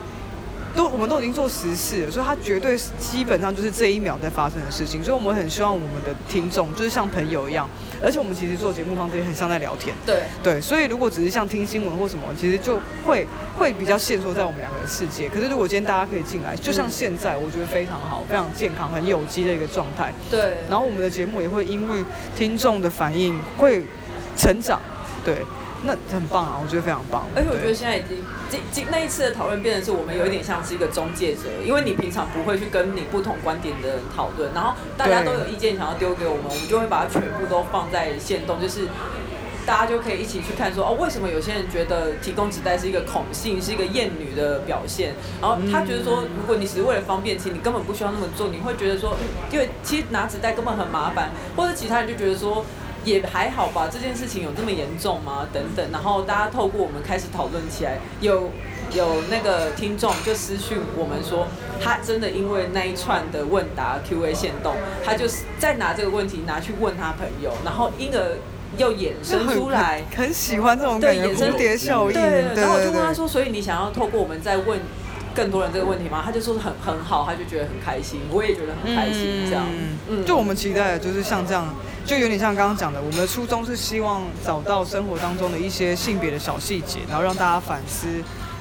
B: 都我们都已经做实事了，所以它绝对是基本上就是这一秒在发生的事情，所以我们很希望我们的听众就是像朋友一样，而且我们其实做节目方式也很像在聊天。
A: 对，
B: <laughs> 对，所以如果只是像听新闻或什么，其实就会会比较限缩在我们两个的世界。可是如果今天大家可以进来，就像现在，我觉得非常好，非常健康，很有机的一个状态。
A: 对，
B: 然后我们的节目也会因为听众的反应会成长，对，那很棒啊，我觉得非常棒。
A: 而且哎我觉得
B: 对
A: 现在已经，今今那一次的讨论变成是我们有一点像是一个中介者，因为你平常不会去跟你不同观点的人讨论，然后大家都
B: 对
A: 有意见想要丢给我们，我们就会把它全部都放在线动，就是。大家就可以一起去看说哦，为什么有些人觉得提供纸袋是一个恐性，是一个厌女的表现？然后他觉得说，如果你只是为了方便，其实你根本不需要那么做，你会觉得说，因为其实拿纸袋根本很麻烦，或者其他人就觉得说。也还好吧，这件事情有这么严重吗？等等，然后大家透过我们开始讨论起来，有有那个听众就私讯我们说，他真的因为那一串的问答 Q&A 线动，他就是再拿这个问题拿去问他朋友，然后因而又衍生出来，
B: 很喜欢这种
A: 对
B: 感觉，
A: 衍生
B: 蝴蝶效应。
A: 对，然后我就
B: 对
A: 问他，说，所以你想要透过我们在问更多人这个问题吗？他就说很很好，他就觉得很开心，我也觉得很开心，这样，嗯，
B: 就我们期待的就是像这样，就有点像刚刚讲的，我们的初衷是希望找到生活当中的一些性别的小细节，然后让大家反思，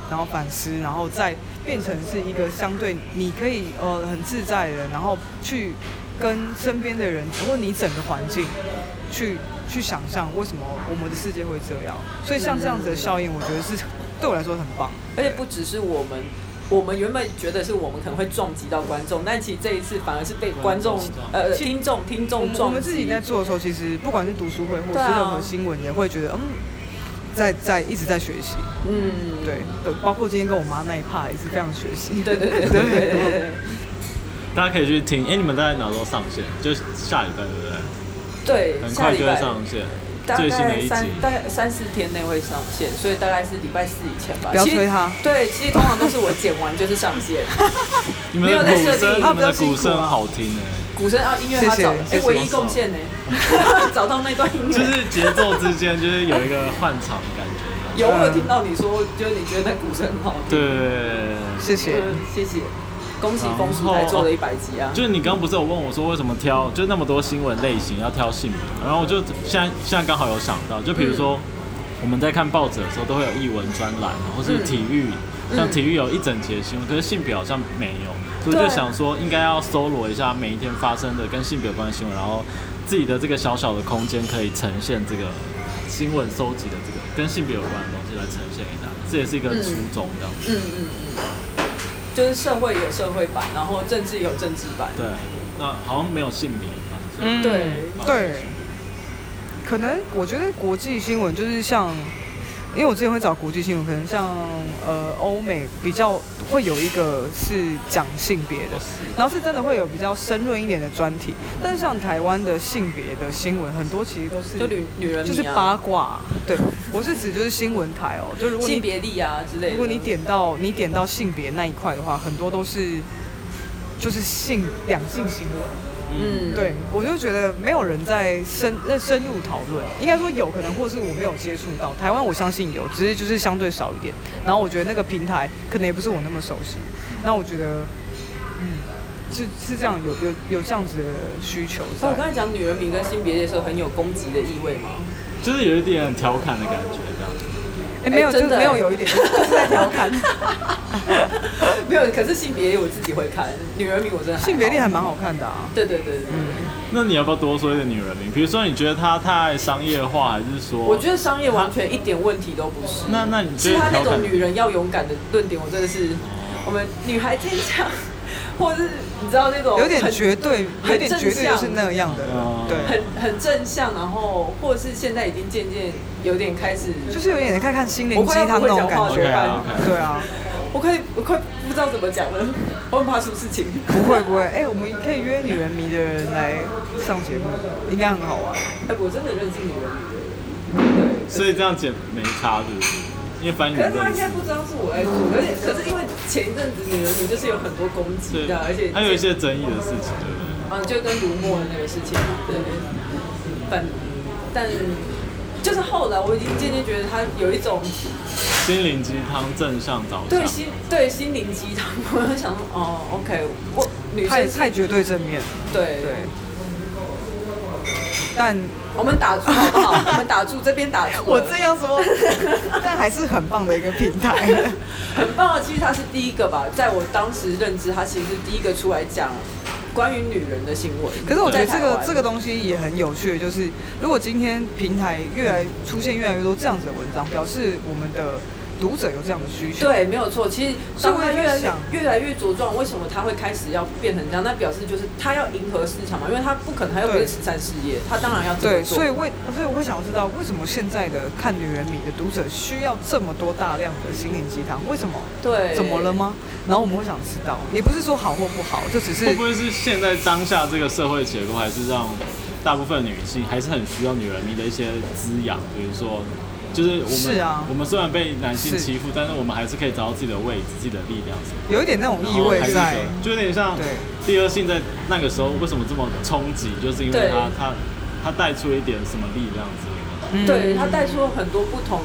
B: 然后反思，然后再变成是一个相对你可以呃很自在的，然后去跟身边的人或你整个环境去去想象为什么我们的世界会这样，所以像这样子的效应，我觉得是对我来说很棒。
A: 而且不只是我们。我们原本觉得是我们可能会撞击到观众，但其实这一次反而是被观众、呃听众、听
B: 我
A: 众撞
B: 们
A: 击。
B: 我们自己在做的时候，其实不管是读书会
A: 对
B: 或是
A: 啊
B: 任何新闻，也会觉得嗯，在在一直在学习。
A: 嗯，
B: 对，对包括今天跟我妈那一趴也是非常学习。
A: 对对对对对
B: <laughs>
A: 对对对。
C: 大家可以去听。哎、你们大概哪时候上线？就是下礼拜对不对？
A: 对，
C: 很
A: 下
C: 快
A: 礼
C: 就
A: 拜
C: 会上线，
A: 大
C: 最新的
A: 概
C: 一
A: 三
C: 集。
A: 大概三四天内会上线，所以大概是礼拜四以前吧。
B: 不要
A: 其实
B: 催他
A: 对，其实通常都是我剪完就是上线。
C: 你们
A: 没
C: 的
A: 有在
C: 鼓
A: 设定
C: 声，你
B: 他
C: 们
B: 比较
C: 的
B: 辛苦
C: 鼓声
B: 啊
C: 好听哎、
A: 鼓声啊，音乐他
B: 谢谢
A: 找的，
B: 谢
A: 哎，
C: 谢
A: 唯一贡献呢， <laughs> 找到那段音乐。
C: 就是节奏之间就是有一个换场的感觉。
A: 有我有听到你说，就是你觉得那鼓声很好听。
C: 对，
B: 谢谢。
A: 嗯，谢谢，恭喜风叔台做了一百集啊。
C: 就是你刚刚不是有问我说为什么挑就那么多新闻类型要挑性别嘛，然后我就现在现在刚好有想到，就比如说
A: 嗯
C: 我们在看报纸的时候都会有译文专栏，或是体育，
A: 嗯
C: 像体育有一整节新闻，可是性别好像没有，所以我就
A: 对
C: 想说应该要搜罗一下每一天发生的跟性别有关的新闻，然后自己的这个小小的空间可以呈现这个新闻收集的这个跟性别有关的东西来呈现给大家，这也是一个初衷这样。
A: 嗯嗯嗯，就是社会有社会版，然后政治有政治版。
C: 对，那好像没有性别吧。所以
B: 嗯
A: 对
B: 对，可能我觉得国际新闻就是像，因为我之前会找国际新闻，可能像呃欧美比较会有一个是讲性别的，然后是真的会有比较深论一点的专题，但是像台湾的性别的新闻，很多其实都是
A: 就女女人迷啊
B: 就是八卦，
A: <laughs>
B: 对我是指就是新闻台哦，就如果你
A: 性别力啊之类的。
B: 如果你点到你点到性别那一块的话，很多都是就是性两性行为。
A: 嗯，
B: 对，我就觉得没有人在深在深入讨论，应该说有可能，或是我没有接触到。台湾我相信有，只是就是相对少一点。然后我觉得那个平台可能也不是我那么熟悉。那我觉得，嗯，是是这样，有有有这样子的需求在
A: 所以我。刚才讲女人迷跟性别力的时候，很有攻击的意味
B: <laughs>
A: 嘛。
C: 就是有一点调侃的感觉，这样子。
B: 哎、没有，
A: 哎
B: 就
A: 真
B: 是
A: 的
B: 没有有一点，就是在调侃。
A: <laughs> 没有，可是性别力我自己会看，女人迷我真的还好
B: 性别力还蛮好看的啊。
A: 对对对对，
C: 那你要不要多说一点女人名？比如说，你觉得她太商业化，还是说？
A: 我觉得商业完全一点问题都不是。
C: 那那你觉
A: 是
C: 得
A: 他那
C: 调侃
A: 种女人要勇敢的论点，我真的是我们女孩坚强，或者是你知道那种
B: 有点
A: 很
B: 绝对，有
A: 很
B: 点
A: 正
B: 绝对就
A: 向
B: 是那样的
C: 哦，
B: 对，
A: 很很正向，然后或者是现在已经渐渐有点开始，
B: 就是有点看看心灵
A: 我
B: 鸡
A: 快要
B: 汤
A: 不
B: 那
A: 会
B: 种
A: 讲
B: 感
A: 话
B: 觉
A: 怎。么
C: OK 啊
A: 办？
C: OK
B: 对啊，
A: 我快我快不知道怎么讲了，我很怕出事情。
B: 不会不会，哎、我们可以约女人迷的人来上节目，应该很好玩。
A: 哎，我真的认识女人迷的人。
C: 所以这样剪没差，对不对？因为翻译
A: 可是
C: 认
A: 他应
C: 识
A: 该。不知道是我在做，而且可是因为前一阵子女人迷就是有很多攻击
C: 对
A: 的，而且
C: 还有一些争议的事情，对不对？
A: 嗯，就跟卢默的那个事情，对，反但就是后来我已经渐渐觉得他有一种
C: 心灵鸡汤正向导向
A: 对，心对心灵鸡汤，我就想说哦，OK，我女
B: 太
A: 生是
B: 太绝对正面了，
A: 对
B: 对。但
A: 我们打住好不好？我们打住，这边打住。
B: 我这样说， <laughs> 但还是很棒的一个平台。
A: 很棒啊！其实他是第一个吧，在我当时认知，他其实是第一个出来讲关于女人的新闻。
B: 可是我觉得这
A: 在台
B: 个
A: 湾
B: 这个东西也很有趣，就是如果今天平台越来出现越来越多这样子的文章，表示我们的读者有这样的需求。
A: 对，没有错。其实
B: 所
A: 当
B: 以我
A: 他
B: 也
A: 越来
B: 在
A: 越
B: 想
A: 越来越茁壮，为什么他会开始要变成这样？那表示就是他要迎合市场嘛，因为他不可能他又不
B: 对
A: 是慈善事业，他当然要这么
B: 对，
A: 做。
B: 所以为所以我会想要知道，为什么现在的看女人迷的读者需要这么多大量的心灵鸡汤？为什么？
A: 对，
B: 怎么了？吗？然后我们会想知道，也不是说好或不好，就只是
C: 会不会是现在当下这个社会结构，还是让大部分女性还是很需要女人迷的一些滋养？比如说，就是我们
B: 是啊
C: 我们虽然被男性
B: 是
C: 欺负，但是我们还是可以找到自己的位置、自己的力量什么的
B: 有一点那种意
C: 哦
B: 味在。
C: 就有点像
B: 对
C: 第二性在那个时候为什么这么冲击，就是因为
A: 对
C: 它它它带出一点什么力量之类的。
B: 嗯
A: 对他带出了很多不同，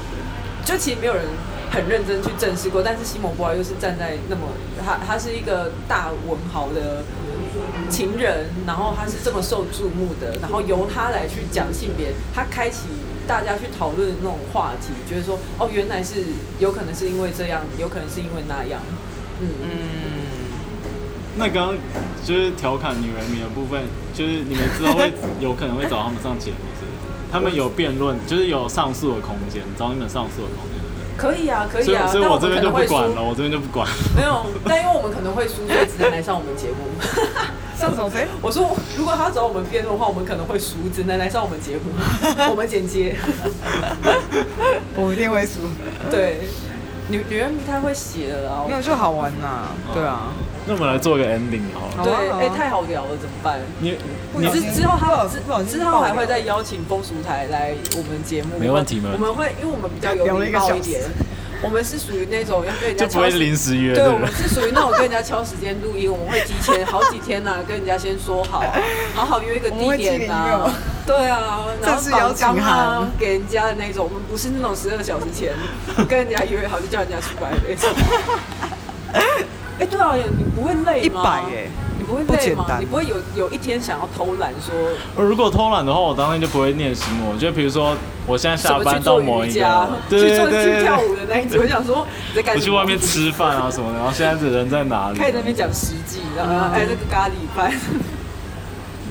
A: 就其实没有人。很认真去正视过，但是西蒙波娃又是站在那么他他是一个大文豪的情人，然后他是这么受注目的，然后由他来去讲性别，他开启大家去讨论那种话题，觉得说哦，原来是有可能是因为这样，有可能是因为那样，嗯，
C: 那刚刚就是调侃女人迷的部分，就是你们之后会有可能会找他们上节目，是不是？他们有辩论，就是有上诉的空间，找你们上诉的空间。
A: 可以啊，可
C: 所
A: 以
C: 以
A: 啊，，
C: 所以
A: 但
C: 我
A: 们
C: 这边
A: 可
C: 就
A: 能
C: 不
A: 会
C: 管
A: 输
C: 了，我 <laughs> 这边就不管。
A: 没有，但因为我们可能会输，所以只能来上我们节目。
B: 上手谁？
A: 我说，如果他找我们辩论的话，我们可能会输，只能来上我们节
B: <laughs>
A: 目，我们剪接。
B: 我一定会输，
A: 对，女女人迷太会写了啊
B: 没！有就好玩呐，对啊，
C: 那我们来做个 ending 好了。
B: 好
A: 对，
B: 啊好啊
A: 哎、太好聊了，怎么办？
C: 你
B: 不
C: 你
B: 小
A: 之
B: 心
A: 之后
B: 不
A: 他
B: 小心不小心
A: 之后还
B: 爆
A: 会
B: 料
A: 再邀请风俗台来我们节目，
C: 没问题没问
A: 我
C: 题
A: 们会，因为我们比较
B: <laughs> 聊
A: 有
B: 了一
A: 礼
B: 个
A: 貌
B: 小
A: 一点
B: 时，
A: 我们是属于那种要跟人家
C: 就不会
A: 敲时
C: 临时约
A: 对，
C: 的
A: 我们
C: 人。
A: 是属于那种跟人家敲时间录音，我们会提前好几天呐、跟人家先说好啊，好好约一个
B: 我
A: 地
B: 们会寄
A: 点呐、
B: email
A: 对啊，然后
B: 正式邀
A: 绑
B: 请函
A: 纲啊，给人家的那种，我们不是那种十二小时前跟人家约好就叫人家出来的
B: <laughs>
A: 那种。哎、对啊，你不会累
B: 一
A: 吗？
B: 百耶，
A: 你不会
B: 不
A: 累
B: 简
A: 吗？
B: 单
A: 你不会有有一天想要偷懒说
C: 呃如果偷懒的话，我当天就不会念心魔。就比如说，我现在
A: 什
C: 下
A: 么去
C: 班到
A: 做
C: 某
A: 瑜
C: 一
A: 伽
C: 个，，对对
A: 去做
C: 对
A: 去
C: 对
A: 跳
C: <laughs> 对，
A: 舞的那一种，我想说你在干
C: 我
A: 什么？
C: 去外面吃饭啊什么的，然后现在这人在哪里？
A: 开始在那边讲实际，然后哎、那个咖喱饭，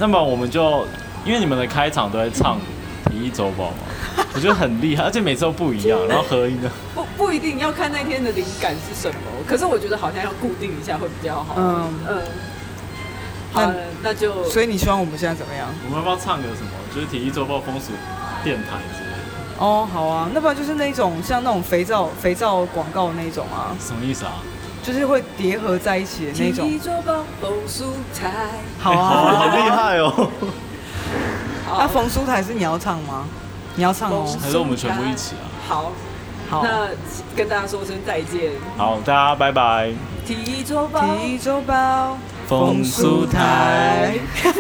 C: 那么我们就因为你们的开场都在唱《体育周报》
A: <laughs>
C: 嘛，我觉得很厉害，而且每次都不一样，然后合音的。
A: 不不一定要看那天的灵感是什么，可是我觉得好像要固定一下会比较好。嗯
B: 嗯，
A: 好
B: 那
A: 了，那就
B: 所以你希望我们现在怎么样？
C: 我们要不要唱个什么？就是《体育周报》风俗电台之类的，
B: 哦，好啊，那不然就是那种像那种肥皂肥皂广告那种啊，
C: 什么意思啊？
B: 就是会叠合在一起的那种。
A: 周报风蔬菜，
B: 好
C: 哎 <laughs> 好啊，
B: 啊，
C: 好厉害哦！
B: 那
A: 好，
B: 冯书台是你要唱吗？你要唱哦
A: 冯。
C: 还是我们全部一起
A: <laughs>
C: 啊？
A: 好，
B: 好，
A: 那跟大家说声再见。
C: 好，大家拜拜。
A: 体育周报。
B: 体周包。
C: 风
B: 风
C: 苏
B: 苏
C: 台
B: 台。